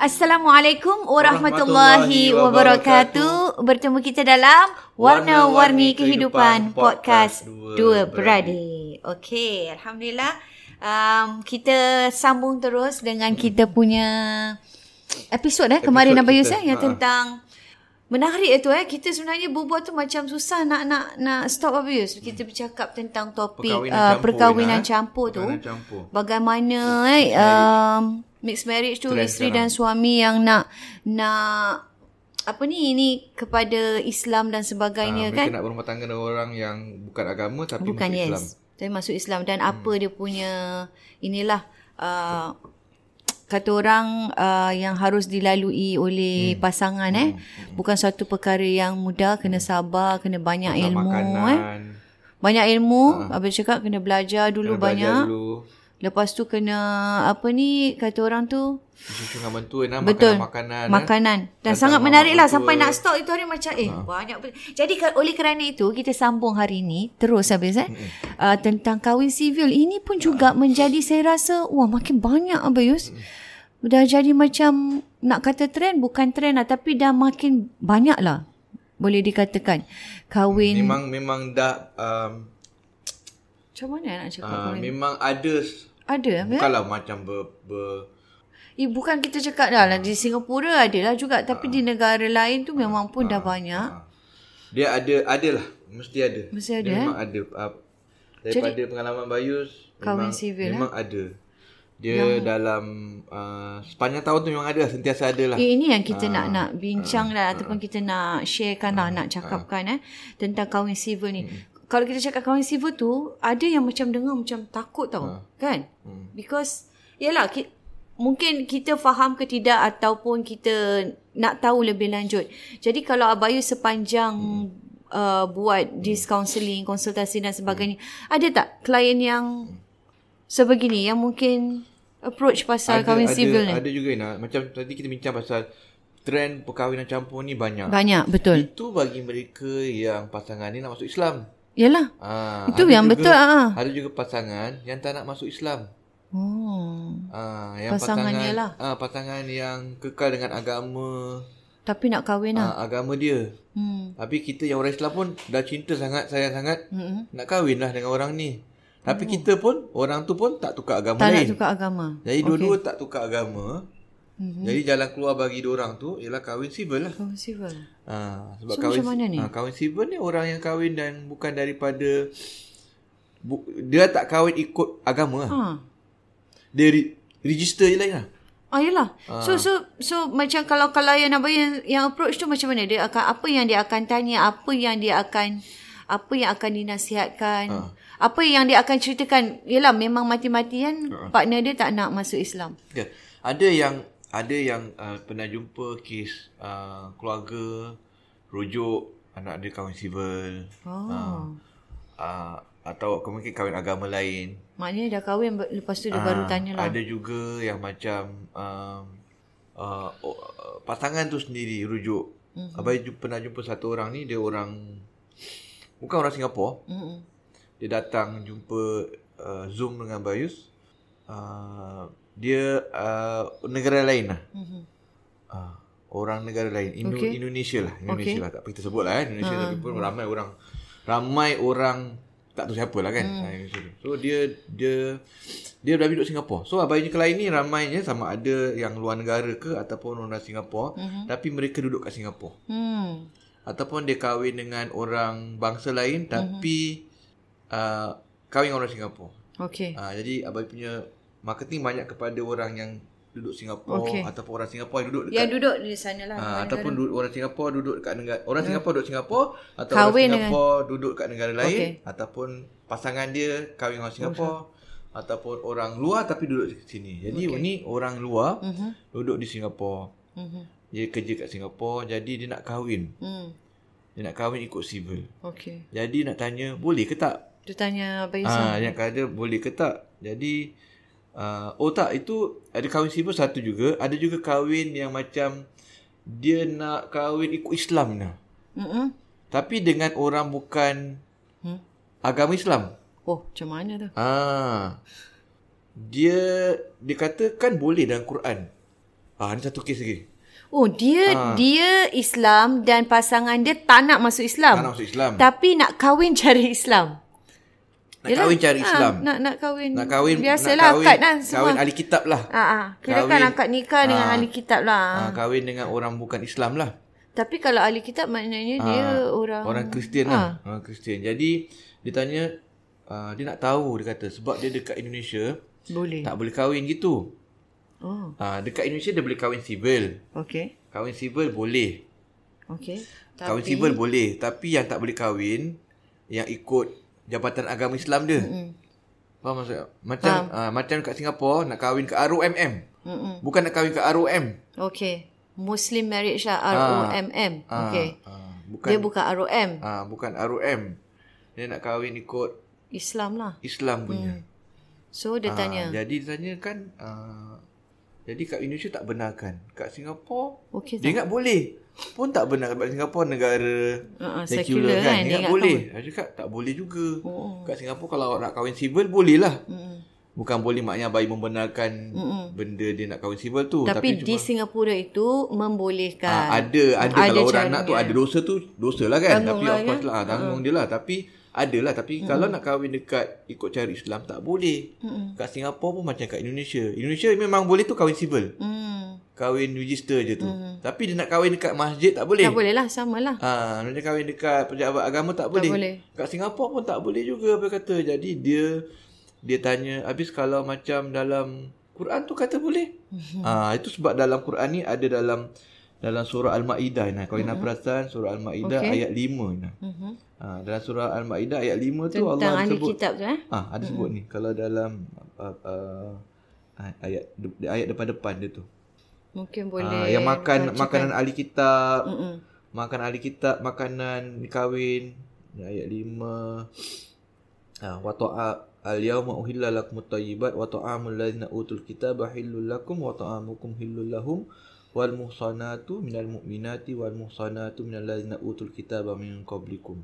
Assalamualaikum warahmatullahi, warahmatullahi wabarakatuh. wabarakatuh. Bertemu kita dalam Warna-Warni Kehidupan, Kehidupan Podcast Dua Beradik. Okey, alhamdulillah um, kita sambung terus dengan kita punya episod eh kemarin Abang Yus eh yang ha. tentang Menarik itu eh kita sebenarnya berbual tu macam susah nak nak nak stop abuse. Kita bercakap tentang topik perkahwinan, uh, campur, perkahwinan campur, campur tu. Perkahwinan campur. Bagaimana eh um, mixed marriage tu Trend isteri sekarang. dan suami yang nak nak apa ni ini kepada Islam dan sebagainya ha, kan. Mereka nak berumah tangga dengan orang yang bukan agama tapi bukan, masuk yes. Islam. Tapi masuk Islam dan hmm. apa dia punya inilah uh, kata orang uh, yang harus dilalui oleh hmm. pasangan eh hmm. bukan satu perkara yang mudah kena sabar kena banyak Masak ilmu makanan. eh banyak ilmu ha. abang cakap kena belajar dulu kena banyak belajar dulu. lepas tu kena apa ni kata orang tu Cucungan mentua nah, Betul. makanan-makanan. Makanan. Eh. Dan, Dan sangat menarik lah sampai nak stop itu hari macam eh ha. banyak. Jadi oleh kerana itu kita sambung hari ini terus habis eh hmm. uh, tentang kahwin sivil. Ini pun juga ha. menjadi saya rasa wah makin banyak abis. Hmm. Dah jadi macam nak kata trend bukan trend lah tapi dah makin banyak lah boleh dikatakan kahwin memang memang dah um, macam mana nak cakap uh, kahwin? memang ada ada bukanlah ya? macam ber, ber Eh, bukan kita cakap dah lah. Di Singapura ada lah juga. Tapi ha. di negara lain tu memang pun ha. dah banyak. Ha. Dia ada, ada lah. Mesti ada. Mesti ada Dia eh? Memang ada. Uh, daripada Jadi, pengalaman Bayus, memang, civil, memang eh? ha? ada. Dia yang, dalam uh, sepanjang tahun tu memang ada sentiasa ada lah. Eh, ini yang kita ha, nak nak bincang ha, lah ataupun ha, kita nak sharekan ha, lah, nak cakapkan ha. eh tentang kahwin sivil ni. Hmm. Kalau kita cakap kahwin sivil tu, ada yang macam dengar macam takut tau, ha. kan? Hmm. Because yalah kita, mungkin kita faham ke tidak ataupun kita nak tahu lebih lanjut. Jadi kalau Abayu sepanjang hmm. uh, buat hmm. this counselling, konsultasi dan sebagainya, hmm. ada tak klien yang sebegini yang mungkin approach pasal ada, kahwin ada, sivil ni? Ada juga nak macam tadi kita bincang pasal trend perkahwinan campur ni banyak. Banyak, betul. Itu bagi mereka yang pasangan ni nak masuk Islam. Ah, Yalah. Ha, itu yang juga, betul. Ha. Ada juga pasangan yang tak nak masuk Islam. Oh. Ah, yang pasangannya pasangan, lah. Ah, pasangan yang kekal dengan agama. Tapi nak kahwin lah. Ah, agama dia. Hmm. Tapi kita yang orang Islam pun dah cinta sangat, sayang sangat. Hmm. Nak kahwin lah dengan orang ni. Tapi hmm. kita pun, orang tu pun tak tukar agama Oh. tak lain. Tak nak tukar agama. Jadi okay. dua-dua tak tukar agama. Hmm. Mm-hmm. Jadi jalan keluar bagi orang tu ialah kahwin civil lah. Kahwin civil. Ah, sebab so, kahwin, macam mana ni? Ah, kahwin civil ni orang yang kahwin dan bukan daripada bu, dia tak kahwin ikut agama Oh. lah. Ha dia re- register je lain lah. Ah yalah. Ah. So so so macam kalau kalau yang apa yang yang approach tu macam mana dia akan apa yang dia akan tanya, apa yang dia akan apa yang akan dinasihatkan. Ah. Apa yang dia akan ceritakan Yelah memang mati-matian ah. Partner dia tak nak masuk Islam yeah. Kan? Ada yang Ada yang uh, pernah jumpa Kes uh, keluarga Rujuk anak dia kahwin civil Oh. Ah. uh, atau ke mungkin kahwin agama lain. Maknanya dah kahwin ber- lepas tu dia Ah, baru lah. tanyalah. Ada juga yang macam um, uh, o- uh, pasangan tu sendiri rujuk. Mm-hmm. Abai ju- pernah jumpa satu orang ni dia orang bukan orang Singapura. Mm-mm. Dia datang jumpa uh, Zoom dengan Bayus. Uh, dia uh, negara lain lah. Mhm. Uh, orang negara lain Indo- Okey. Indonesia lah Indonesia Okey. Ah. lah tak apa kita sebut lah eh. Indonesia tapi pun ramai orang ramai orang tak tahu siapa lah kan hmm. Indonesia tu. so dia dia dia dah duduk Singapura so abai ni kelai ni ramainya sama ada yang luar negara ke ataupun orang Singapura Mhm. hmm. tapi mereka duduk kat Singapura Hmm. ataupun dia kahwin dengan orang bangsa lain Mhm. tapi hmm. uh, kahwin dengan orang Singapura Okey. Ah, jadi abai punya marketing banyak kepada orang yang duduk Singapura Okey. okay. ataupun orang Singapura yang duduk dekat Yang duduk di sana lah. Ah, ataupun duduk, orang Singapura duduk kat negara orang Singapura duduk Singapura Kahwin atau kahwin orang dengan- Singapura dengan... duduk kat negara lain Okey. okay. Oh, ataupun pasangan dia kahwin dengan orang Singapura ataupun orang luar tapi duduk di sini. Jadi okay. ni orang luar Mhm. duduk di Singapura. Mhm. Dia kerja kat Singapura jadi dia nak kahwin. Hmm. Dia nak kahwin ikut civil. Okey. Jadi nak tanya boleh ke tak? Dia tanya Abang Yusuf. Ah, yang kata boleh ke tak? Jadi uh, oh tak itu ada kahwin civil satu juga, ada juga kahwin yang macam dia nak kahwin ikut Islam lah. Mm-mm. Tapi dengan orang bukan Mhm, Hmm. agama Islam. Oh, macam mana tu? Ah. Dia dikatakan boleh dalam Quran. Ah ni satu kes lagi. Oh, dia Ah. dia Islam dan pasangan dia tak nak masuk Tak Islam. nak masuk Islam. Tapi nak kahwin cari Islam. nak kahwin cari Ah, Islam. Nak nak kahwin. nak kahwin Biasalah nak kahwin, akad lah semua. kahwin ahli kitab lah. Ah, ah. Kira kan kahwin. akad nikah dengan Ah. ahli kitab lah. Ah, kahwin dengan orang bukan Islam lah. Tapi kalau ahli kitab maknanya dia Ah, orang orang Kristian lah. Ah. Orang Kristian. Jadi dia tanya ah, dia nak tahu dia kata sebab dia dekat Indonesia boleh. tak boleh kahwin gitu. Oh, Ah, dekat Indonesia dia boleh kahwin civil. okey. Kahwin civil boleh. Okey. Kahwin civil boleh Tapi yang tak boleh kahwin Yang ikut Jabatan Agama Islam dia mm-hmm. Faham maksud tak? Macam uh, Macam kat Singapura Nak kahwin ke ROMM Mm-mm. Bukan nak kahwin ke ROM Okey. Muslim marriage lah ROMM. Ah, Okey. ah, Bukan Dia bukan ROM, ah, Bukan ROM Dia nak kahwin ikut Islam lah. Islam punya So dia Ah, tanya, Jadi dia tanya kan ah, Jadi kat Indonesia tak benarkan Kat Singapura okey Dia tak? ingat boleh Pun tak benar Sebab Singapura negara Ah, ah, uh, secular Secular kan. kan, Dia Dia ingat ingat boleh Dia cakap tak boleh juga Oh. oh. Kat Singapura kalau nak kahwin civil Boleh lah Mm-mm. Bukan boleh maknanya Bayi membenarkan mm Benda dia nak kahwin civil tu Tapi, Tapi, di Singapura itu membolehkan. ah, ada, ada Ada Kalau orang caranya. nak tu Ada dosa tu Dosa lah kan Tanggung Tapi lah, of course lah Tanggung dia lah Tapi ada lah Tapi kalau nak kahwin dekat Ikut cara Islam Tak boleh Mm-mm. Kat Singapura pun macam kat Indonesia Indonesia memang boleh tu kahwin civil Hmm. Kahwin register je tu Tapi dia nak kahwin dekat masjid Tak boleh Tak boleh lah, sama lah. Ah, nak kahwin dekat pejabat agama tak boleh. boleh. Kat Singapura pun tak boleh juga apa kata. Jadi dia dia tanya habis kalau macam dalam Quran tu kata boleh. ah, itu sebab dalam Quran ni ada dalam dalam surah Al-Maidah nah. Kalau nak perasan surah Al-Maidah Okey. okay. ayat 5 nah. Mhm. Ah, dalam surah Al-Maidah ayat 5 tu Tentang Allah ahli sebut kitab tu eh. ah ada sebut ni kalau dalam uh, uh, ayat ayat depan-depan dia tu. Mungkin boleh. kan. Ah, yang makan makanan ahli kitab Mm-mm. makan ahli kitab, makanan kahwin ayat 5 ah wa ta'a al-yawma uhilla lakum at-tayyibat wa ta'amul ladzina utul kitaba hillul lakum wa ta'amukum hillul lahum wal muhsanatu minal mu'minati wal muhsanatu minal ladzina utul kitaba min qablikum.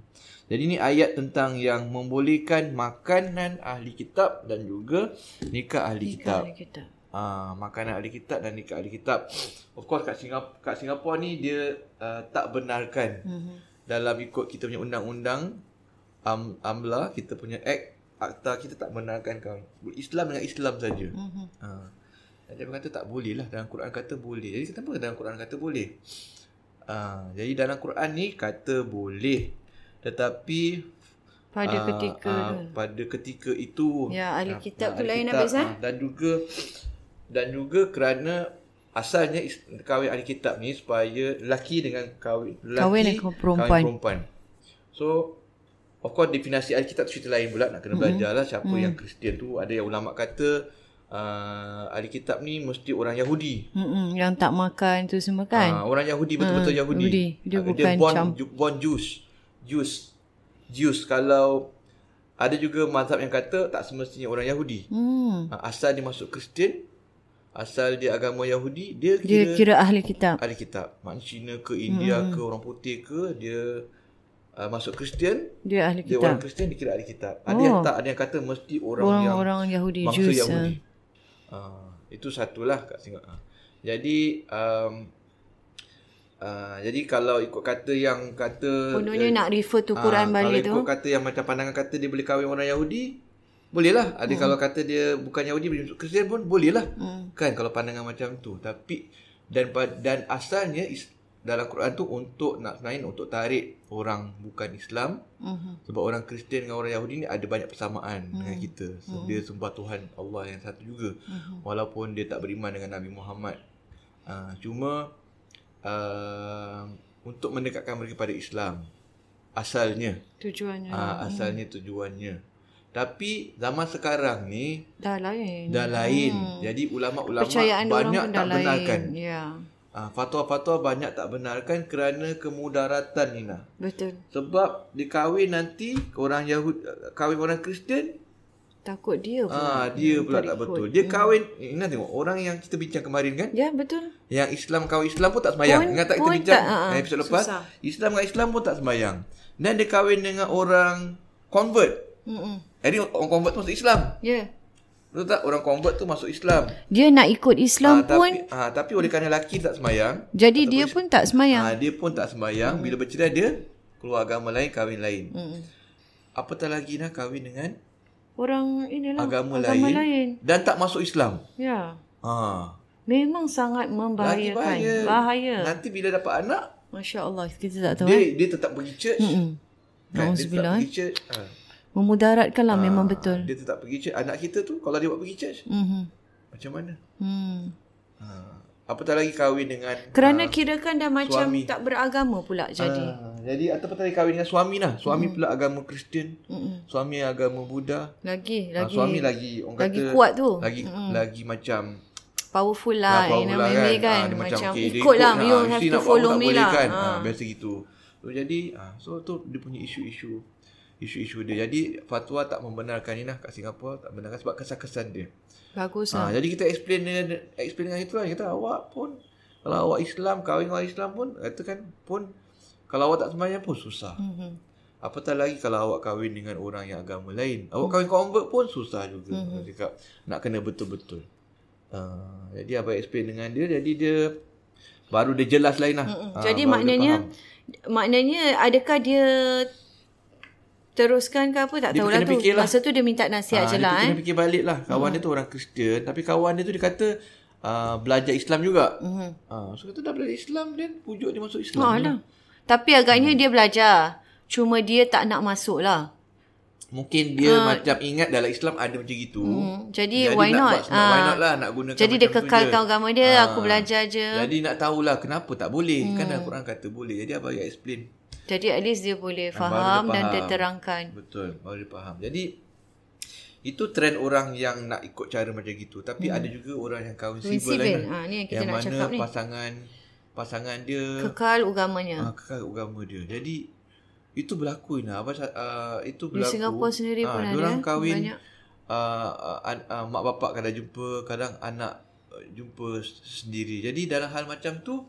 Jadi ni ayat tentang yang membolehkan makanan ahli kitab dan juga nikah ahli Nikah kitab. ahli kitab. Ah, makanan ahli kitab dan nikah ahli kitab. Of course kat Singapura kat Singapura ni dia uh, tak benarkan Mhm. dalam ikut kita punya undang-undang um, AMLA kita punya act akta kita tak benarkan kau. Islam dengan Islam saja. Mhm. Ha. Jadi dia kata tak boleh lah dalam Quran kata boleh. Jadi kenapa dalam Quran kata boleh? Ha, jadi dalam Quran ni kata boleh. Tetapi Pada ah, ketika ah, tu. pada ketika itu Ya, ahli ah, kitab ah, tu ahli lain kitab, habis, eh? ah, Dan juga dan juga kerana asalnya is- kahwin ahli kitab ni supaya lelaki dengan kahwin lelaki Kahwin dengan perempuan. kahwin perempuan. So of course definisi ahli kitab tu cerita lain pula Mm-hmm. nak kena belajar lah siapa yang Kristian tu ada yang ulama kata uh, ahli kitab ni mesti orang Yahudi. Mm-mm. Yang tak makan tu semua kan. Ah, orang Yahudi betul-betul Ah, Yahudi. Yahudi. Dia Ah, bukan born, cam- born Jews. Jews. Jews kalau ada juga mazhab yang kata tak semestinya orang Yahudi. Hmm. Ha, asal dia masuk Kristian, asal dia agama Yahudi, dia Dia kira, Ah, kira ahli kitab. ahli kitab. Mak Cina ke India hmm. ke orang putih ke dia uh, masuk Kristian, Dia ahli dia orang kitab. Kristian dia kira ahli kitab. Ada yang Oh. tak, ada yang kata mesti orang, yang Orang-orang Yahudi, bangsa Jews. eh. Yahudi. Uh, itu satulah kat Singapura. Uh. Jadi um, uh, jadi kalau ikut kata yang kata Kononnya eh, nak refer tu ah, Quran balik tu. kalau ikut kata yang macam pandangan kata dia boleh kahwin orang Yahudi, bolehlah. Ada hmm. kalau kata dia bukan Yahudi boleh masuk Kristian pun bolehlah. Hmm. Kan kalau pandangan macam tu. Tapi dan pa- dan asalnya is, dalam Quran tu untuk nak senain untuk tarik orang bukan Islam Mhm. sebab orang Kristian dengan orang Yahudi ni ada banyak persamaan hmm. dengan kita. So, hmm. Dia sembah Tuhan Allah yang satu juga. Hmm. Walaupun dia tak beriman dengan Nabi Muhammad. Uh, cuma uh, untuk mendekatkan mereka kepada Islam. Asalnya. Tujuannya. Uh, asalnya tujuannya. Tapi zaman sekarang ni Dah lah, eh. lain. dah lain. Jadi ulama-ulama Percayaan Hmm. dia orang banyak pun dah tak lain. benarkan. Ya. Uh, fatwa-fatwa banyak tak benarkan kerana kemudaratan Nina. Betul. Sebab dia kahwin nanti orang Yahudi kahwin orang Kristian, Takut dia ah pula. dia pula tak ikut. Hmm. betul. Dia kahwin, Ina tengok orang yang kita bincang kemarin kan, Ya, betul. yang Islam kahwin Islam pun tak sembahyang. Pun- Ingat tak kita pun tak, bincang ah, eh, episod lepas? susah. Islam dengan Islam pun tak sembahyang. Dan dia kahwin dengan orang convert. Mm-mm. Jadi orang convert tu masuk Islam. Ya. Betul tak? Orang convert tu masuk Islam. Dia nak ikut Islam Ah, Lah, pun. tapi, ah, tapi oleh kerana lelaki tak sembahyang, Jadi dia pun tak semayang. ah, dia pun tak sembahyang. Bila bercerai dia keluar agama lain, kahwin lain. Mm-mm. Apatah lagi nak kahwin dengan Orang inilah agama, agama lain, lain. dan tak masuk Islam. Ya. Ha. Memang sangat Lagi membahayakan. bahaya. kan? Bahaya. Nanti bila dapat anak, Masya Allah. Kita tak tahu. dia eh. dia tetap pergi church. Mm-mm. Kan? Dia tetap Nauzubillah, eh. pergi church. Ha. Memudaratkan lah memang Ha. betul. Dia tetap pergi church. Anak kita tu kalau dia buat pergi church, Mhm. macam mana? Hmm. Ha. Apatah lagi kahwin dengan Kerana kirakan dah macam Ah, Suami. tak beragama pula jadi. ha. jadi atau apatah lagi kahwin dengan suami lah. Suami pula agama Kristian, Mm-mm. suami agama Buddha. Lagi, Ha, lagi. suami lagi orang lagi kata kuat tu. Lagi lagi macam powerful Ah, lah. you know, power memang kan. Ah, dia macam, okay, dia ikut lah. ah, you have mesti to nak buat pun follow tak me boleh lah. Kan? Ah. Ah, biasa gitu. So, jadi, ah, so tu dia punya isu-isu. Isu-isu dia. Jadi, fatwa tak membenarkan ni lah kat Singapura. Tak benarkan sebab kesan-kesan dia. Bagus Ah, lah. jadi, kita explain dengan, explain dengan itu lah. Kita awak pun, kalau awak Islam, kahwin orang Islam pun, katakan pun, kalau awak tak sembahyang pun susah. Mhm. Apatah lagi kalau awak kahwin dengan orang yang agama lain. Awak kahwin convert pun susah juga. Mm-hmm. Cakap, nak kena betul-betul. Uh, jadi abang explain dengan dia. Jadi dia baru dia jelas lain lah. Mm-mm. Ah, Jadi baru dia maknanya faham. maknanya adakah dia teruskan ke apa tak Dia tahulah kena tu. fikirlah. Masa tu dia minta nasihat Ah, je dia lah fikir- eh. Dia fikir balik lah. Kawan dia tu orang Kristian. Tapi kawan dia tu dia kata uh, belajar Islam juga. Mhm. Ah, so kata dah belajar Islam then pujuk dia masuk Islam. Ah, lah. Tapi agaknya Hmm. dia belajar. Cuma dia tak nak masuk lah. Mungkin dia macam ingat dalam Islam ada macam gitu. Hmm. Ah. Jadi, why nak not? buat senang, why Ah. not lah nak gunakan Jadi dia macam tu je. kekalkan agama dia. Ah. Aku belajar je. Jadi nak tahulah kenapa tak boleh. Hmm. Kan Al-Quran kata boleh. Jadi abang yang explain. Jadi at least dia boleh baru dia faham dan faham. terterangkan. Betul. Baru dia faham. Jadi itu trend orang yang nak ikut cara macam gitu. Tapi hmm. ada juga orang yang kahwin Kahwin civil, civil. lain. lah. Ah, ni yang kita yang nak mana cakap ni. pasangan pasangan dia Kekal agamanya. ah, kekal agama dia. Jadi itu berlaku ni. Abang uh, itu Di berlaku. Ah, Singapura sendiri pun ada, Orang eh. kahwin Banyak. Uh, uh, uh, mak bapak kadang jumpa, kadang anak uh, jumpa sendiri. Jadi dalam hal macam tu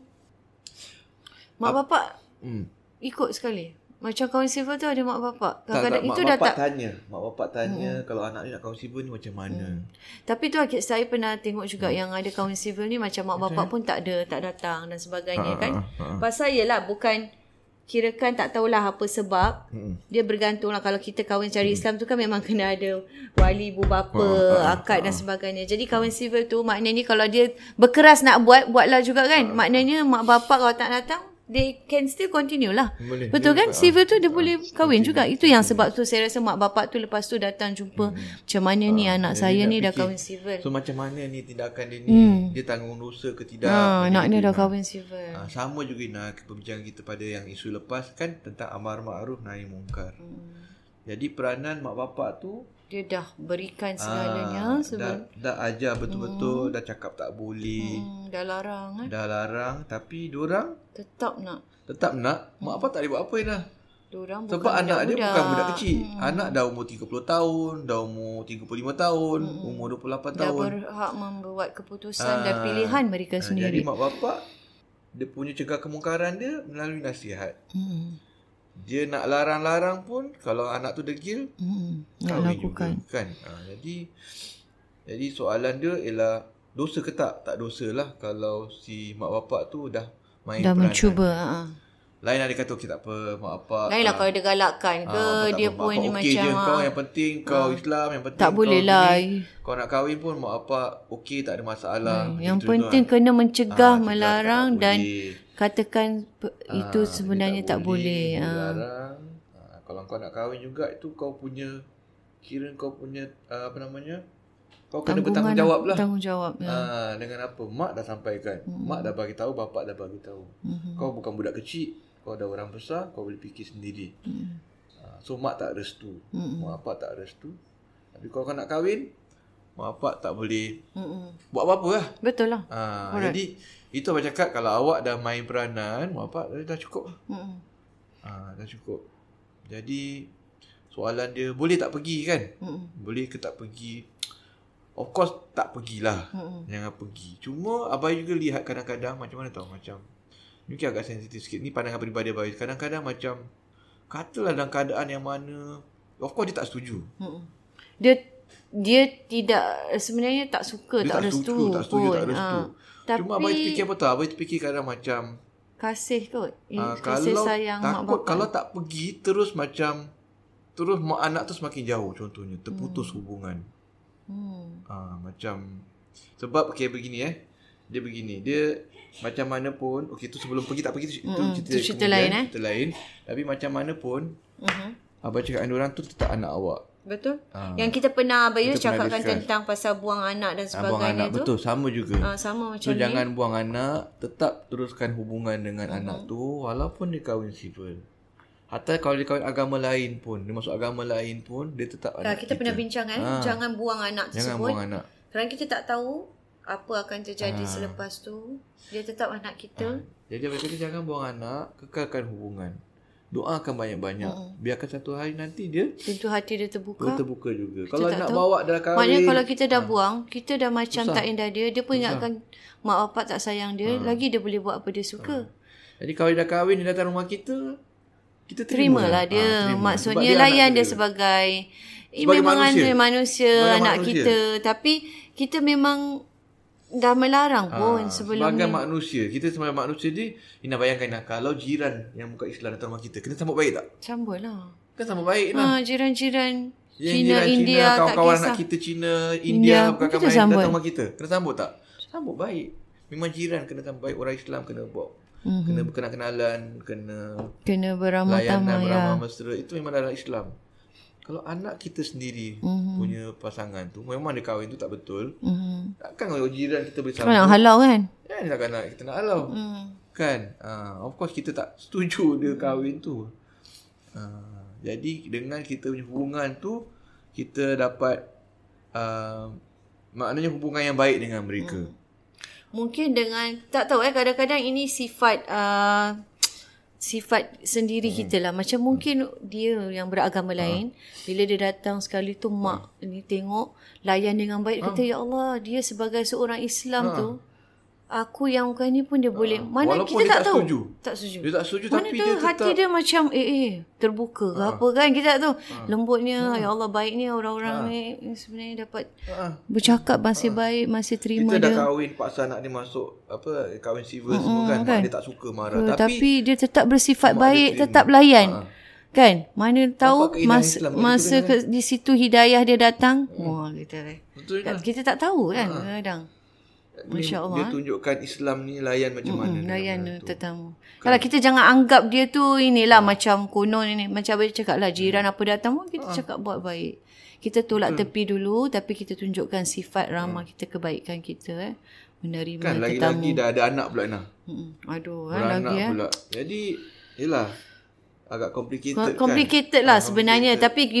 Mak bapak hmm, ikut sekali. Macam kawan civil tu ada mak bapak. Tak, tak, Kadang-kadang mak itu bapak dah tak tanya. Mak bapak tanya hmm. kalau anak ni nak kahwin civil ni macam mana. Hmm. Tapi tu akid saya pernah tengok juga yang ada kawan civil ni macam mak bapak pun tak ada, tak datang dan sebagainya kan. Pasal yelah bukan kirakan tak tahulah apa sebab dia bergantung lah kalau kita kahwin cari Islam tu kan memang kena ada wali ibu bapa akad dan sebagainya jadi kahwin civil tu maknanya kalau dia berkeras nak buat buatlah juga kan maknanya mak bapak kalau tak datang they can still continue lah Boleh. betul kan civil tu dia boleh kahwin juga itu yang sebab tu saya rasa mak bapak tu lepas tu datang jumpa macam mana ni anak saya nak ni dah fikir. kahwin civil So macam mana ni tindakan dia ni? Hmm. Dia tanggung dosa ke tidak? ha Macam anak dia gitu, dah Ina. kahwin civil Ah, sama juga Ina perbincangan kita pada yang isu lepas kan tentang amar ma'ruf nahi mungkar. Hmm. Jadi peranan mak bapak tu dia dah berikan ah, segalanya sebelum dah, dah ajar betul-betul, dah cakap tak boleh, Hmm, dah larang kan. dah larang tapi diorang Tetap nak. Hmm. tetap nak. Mak bapak tak boleh buat apa lah. Ina. Diorang bukan Hmm. Sebab anak dia bukan budak kecil. Mm-mm. Anak dah umur 30 tahun, dah umur 35 tahun, Mm-mm. umur Hmm. 28 Dah tahun. berhak membuat keputusan dan Ah, pilihan mereka Ah, sendiri. Jadi mak bapak dia punya cegah kemungkaran dia melalui nasihat. Mm-mm. Dia nak larang-larang pun kalau anak tu degil, Mm-mm. hmm. Nak kahwin lakukan. juga, kan ha, jadi jadi soalan dia ialah dosa ke tak tak dosa lah kalau si mak bapak tu dah main Dah peranan. mencuba. ha. lain ada kata okey tak apa mak bapak Lainlah lah kalau dia galakkan ah, ke, mak tak dia apa, pun mak okey macam... je, kau ah, yang penting kau Islam yang penting tak kau boleh gini. lah. kau nak kahwin pun mak bapak okey tak ada masalah Hmm, Macam yang tu tu penting kan. kena Ah, mencegah, cakap melarang tak dan boleh. katakan pe- itu Ah, dia sebenarnya tak boleh. dia Ah. larang. Ah, kalau kau nak kahwin juga itu kau punya kira kau punya ah, apa namanya? Kau kena Tanggungan, bertanggungjawab lah. Tanggungjawab. Ya. Ah, dengan apa? Mak dah sampaikan. Mm. Mak dah bagi tahu, bapak dah bagi tahu. Mhm. Kau bukan budak kecil, kau dah orang besar, kau boleh fikir sendiri. Mm. Ah, so mak tak restu. Mm. Mak bapak tak restu. Tapi kalau kau nak kahwin, mak bapak tak boleh Mm-mm. buat apa-apa lah. Mhm. Betul lah. Ah, Correct. jadi itu abang cakap kalau awak dah main peranan, mak bapak dah- dah cukup lah. Mm-mm. Ah, dah cukup. Jadi soalan dia boleh tak pergi kan? Mm-mm. Boleh ke tak pergi? Of course tak pergilah. Mm-mm. Jangan pergi. Cuma abai juga lihat kadang-kadang macam mana tau macam mungkin agak sensitif sikit ni pandangan peribadi abai. Kadang-kadang macam katalah dalam keadaan yang mana of course dia tak setuju. Mm-mm. Mhm. Dia dia tidak sebenarnya tak suka, tak, Dia tak restu setuju, tak setuju, pun. tak restu. Ah. Tapi, Tapi Cuma abai terfikir apa tau? Abai terfikir kadang macam kasih kot. Ah, Uh, kasih sayang mak takut bapak. kalau tak pergi terus macam terus mak anak tu semakin jauh contohnya terputus hubungan Hmm. ah macam sebab okay, begini eh dia begini dia macam mana pun okey tu sebelum pergi tak pergi tu, itu Mm-mm, cerita, tu cerita kemudian, lain, eh. cerita lain tapi macam mana pun ah, Mhm. abang cakap dengan orang tu tetap anak awak Betul? ah Yang kita pernah Abang Yus Kita pernah cakapkan discuss. tentang pasal buang anak dan abang sebagainya anak tu. betul sama juga Ah, sama macam So ni. jangan buang anak Tetap teruskan hubungan dengan anak tu Walaupun dia kahwin sivil Hatta kalau dia kahwin agama lain pun Dia masuk agama lain pun Dia tetap Ah, anak kita, pernah bincang kan, Ah. jangan buang anak Jangan tersebut. buang anak Kerana kita tak tahu apa akan terjadi Ah. selepas tu. Dia tetap anak kita. Jadi apa kata jangan buang anak Kekalkan hubungan Doakan banyak-banyak Biarkan satu hari nanti dia Pintu hati dia terbuka. Dia terbuka Ah. juga Kalau tak nak tahu. bawa dalam kahwin Maknanya kalau kita dah buang, kita dah macam tak indah dia, dia pun ingatkan mak bapak tak sayang dia, Ah. lagi dia boleh buat apa dia suka. Jadi kalau dia dah kahwin Dia datang rumah kita Kita terima Terimalah dia. Ah, terima. Maksudnya Sebab dia layan anak dia sebagai, eh, Sebagai memang manusia. manusia, manusia Sebagai anak manusia. kita. Tapi kita memang dah melarang pun Oh, Ah, sebelum sebagai ni. manusia kita sebagai manusia ni Ina bayangkan lah kalau jiran yang bukan Islam datang rumah kita kena sambut baik tak Sambut lah. kan sambut baik Ha, lah jiran-jiran Yang Cina, India, tak kawan-kawan kisah. anak kita Cina India, India, bukan kita kawan lain sambut. datang rumah kita kena sambut tak sambut baik memang jiran kena sambut baik orang Islam kena buat Mhm. kena berkenan kenalan kena Kena beramah layanan tamah ya. ramah mesra itu memang dalam Islam kalau anak kita sendiri Mhm. punya pasangan tu memang dia kahwin tu tak betul Mhm. takkan kalau jiran kita boleh Kau nak sambut halau kan? kan takkan nak kita nak halau Hmm. Kan uh, Of course kita tak setuju dia kahwin tu uh, Jadi dengan kita punya hubungan tu Kita dapat uh, Maknanya hubungan yang baik dengan mereka Hmm. Mungkin dengan tak tahu eh kadang-kadang ini sifat uh, sifat sendiri Hmm. kita lah. Macam mungkin dia yang beragama Ha. lain bila dia datang sekali tu mak Hmm. ni tengok layan dengan baik kata ya Allah dia sebagai seorang Ha. Islam tu aku yang bukan ni pun dia boleh. Mana kita Walaupun dia tak, tak tahu. setuju. Tak setuju. Dia tak setuju Mana tu tapi dia hati tetap Ha. dia macam eh eh terbuka ke apa kan kita tak tahu. Lembutnya Hmm. ya Allah baiknya orang-orang Ha. ni ni sebenarnya dapat Ah, bercakap masih baik masih terima dia. Kita dah Ah, Hmm, kahwin paksa anak dia masuk Apa Kahwin civil semua kan, Mak dia tak suka marah Tapi, Tapi, tapi dia tetap bersifat baik, terima. tetap layan. Ha. Kan? Mana tahu keindahan mas, Islam kan? kat masa situ ke, di situ hidayah dia datang. Wah, kita Betul lah. tak, Ah. kita tak tahu kan kadang. Masya Dia Allah. eh. Hmm, tunjukkan Islam ni layan macam mana dengan Layan benda tu. tetamu. Kalau kita jangan anggap dia tu Ah. inilah macam konon ini. Macam apa dia cakap lah jiran Hmm. apa datang pun Ah. kita cakap buat baik. Kita tolak tepi dulu tapi kita tunjukkan sifat ramah kita, kebaikan kita eh. Menerima Hmm. Kan lagi-lagi dah ada anak pula Nah Mm-mm. Aduh, eh, Beranak lagi eh. pula. Jadi, yelah. agak complicated Com- kan. Complicated lah Ah, sebenarnya complicated.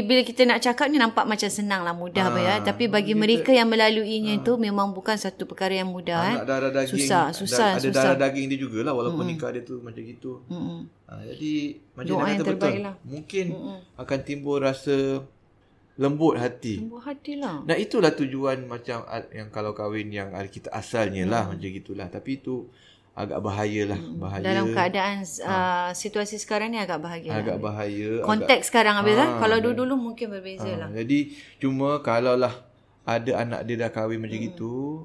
Tapi bila kita nak cakap ni Nampak macam senang lah Mudah Ah, apa ya Tapi bagi mereka yang melaluinya tu Memang bukan satu perkara yang mudah eh. Anak darah daging Susah, susah, ada susah. darah daging dia jugalah walaupun mm. nikah dia tu macam gitu. Mm-mm. Ha, jadi macam Doa yang dia kata betul. terbaik lah. Mungkin Mm-mm. akan timbul rasa lembut hati. Buat hati lah Dan itulah tujuan macam al- yang kalau kahwin yang al- kita asalnya lah macam gitulah. Tapi itu agak bahayalah, bahaya. Dalam keadaan uh, situasi sekarang ni agak bahagia ya. Ah. agak lah. bahaya, agak Konteks sekarang habis kan Ah, Kalau dan- dulu-dulu mungkin berbeza Ha, lah jadi cuma kalaulah ada anak dia dah kahwin macam gitu,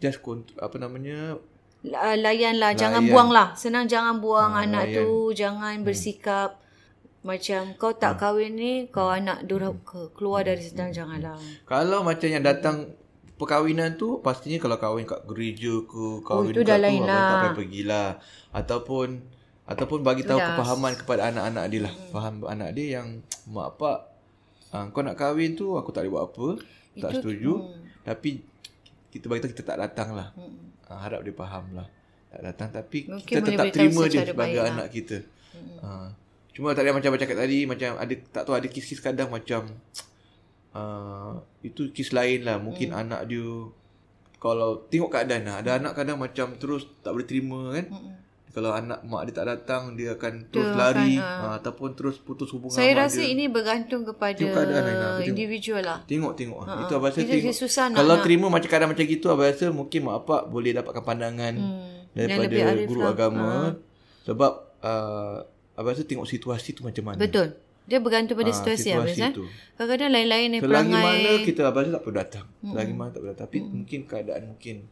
just kont- apa namanya La- Layan lah Jangan Layan. buang lah Senang jangan buang Ah, anak layan. Ah. tu Jangan bersikap Macam kau tak kahwin ni Kau anak durha- ke keluar dari sedang Janganlah kalau macam yang datang perkahwinan tu pastinya kalau kahwin kat gereja ke kahwin Oh, itu kat dah tu, lain abang tak lah. payah pergilah ataupun ataupun bagi Itu tahu dah. kefahaman kepada anak-anak dia lah. Faham anak dia yang mak pak ah, kau nak kahwin tu aku tak boleh buat apa, tak Itu- setuju. hmm. Tapi kita bagi tahu kita tak datang lah. Mm-mm. Ah, harap dia faham lah. Tak datang tapi Mungkin kita boleh tetap beritahu terima dia secara sebagai baik lah. anak kita. Ah, cuma tak ada macam macam cakap tadi macam ada tak tahu ada kes-kes kadang macam ah, itu kes lain lah. Mungkin Hmm. anak dia kalau tengok keadaan lah. Ada anak kadang macam terus tak boleh terima kan. Mm-mm. Kalau anak mak dia tak datang dia akan terus Dia lari akan, ha. ah, ataupun terus putus hubungan Saya mak rasa dia. ini bergantung kepada Tengok keadaan, Aina. Aku tengok. individual lah. Tengok tengok Ha, ha, Itu abang rasa itu lah. tengok susah nak- Kalau nak- terima macam kadang macam gitu Abang rasa mungkin mak pak Boleh dapatkan pandangan Hmm, yang Daripada lebih arif guru lah. agama Sebab uh, Abang rasa tengok situasi tu macam mana Betul. Dia bergantung pada Ah, situasi, situasi situasi tu. tu. Kadang-kadang lain-lain ni Selagi perangai mana kita Abang rasa tak perlu datang Selagi mana tak perlu datang Tapi mungkin keadaan mungkin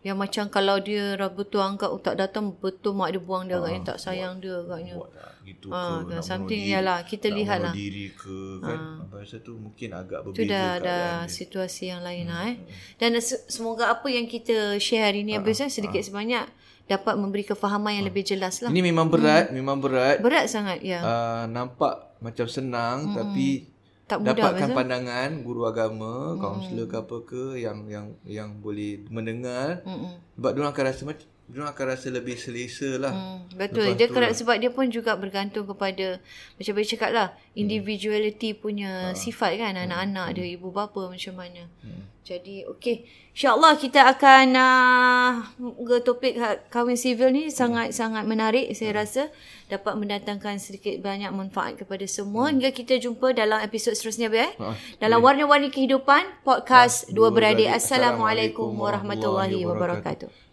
yang macam kalau dia ragu tu anggap oh, tak datang betul mak dia buang dia agaknya tak sayang dia agaknya. Ah, Buat tak gitu Ah, ke kan, nak something bunuh diri- ialah, kita nak lihat bunuh lah. diri ke kan Abang rasa tu mungkin agak berbeza Itu dah dah keadaan dia. Hmm. situasi yang lain lah eh. Dan se- semoga apa yang kita share hari ni Ah, habis eh, sedikit sebanyak dapat memberi kefahaman yang lebih jelas lah. Ini memang berat Memang berat Berat sangat ya. Ah, Nampak macam senang Tapi tak mudah eh. dapatkan Abang Azhar. pandangan guru agama, kaunselor ke apa ke yang yang yang boleh mendengar Mm-mm. sebab dia akan rasa macam dia akan rasa lebih selesa lah. Hmm, betul. dia kerap sebab dia pun juga bergantung kepada macam saya cakap lah individuality Ah. punya sifat kan Hmm. anak-anak dia ibu bapa macam mana. Jadi okey insyaallah kita akan uh, ke topik ha- kahwin sivil ni Hmm. sangat-sangat menarik saya rasa dapat mendatangkan sedikit banyak manfaat kepada semua hingga kita jumpa dalam episod seterusnya ya. Hmm. Ah, Dalam warna-warni kehidupan podcast Ah, dua Dua Beradik. beradik. Assalamualaikum Assalamualaikum warahmatullahi warahmatullahi wabarakatuh.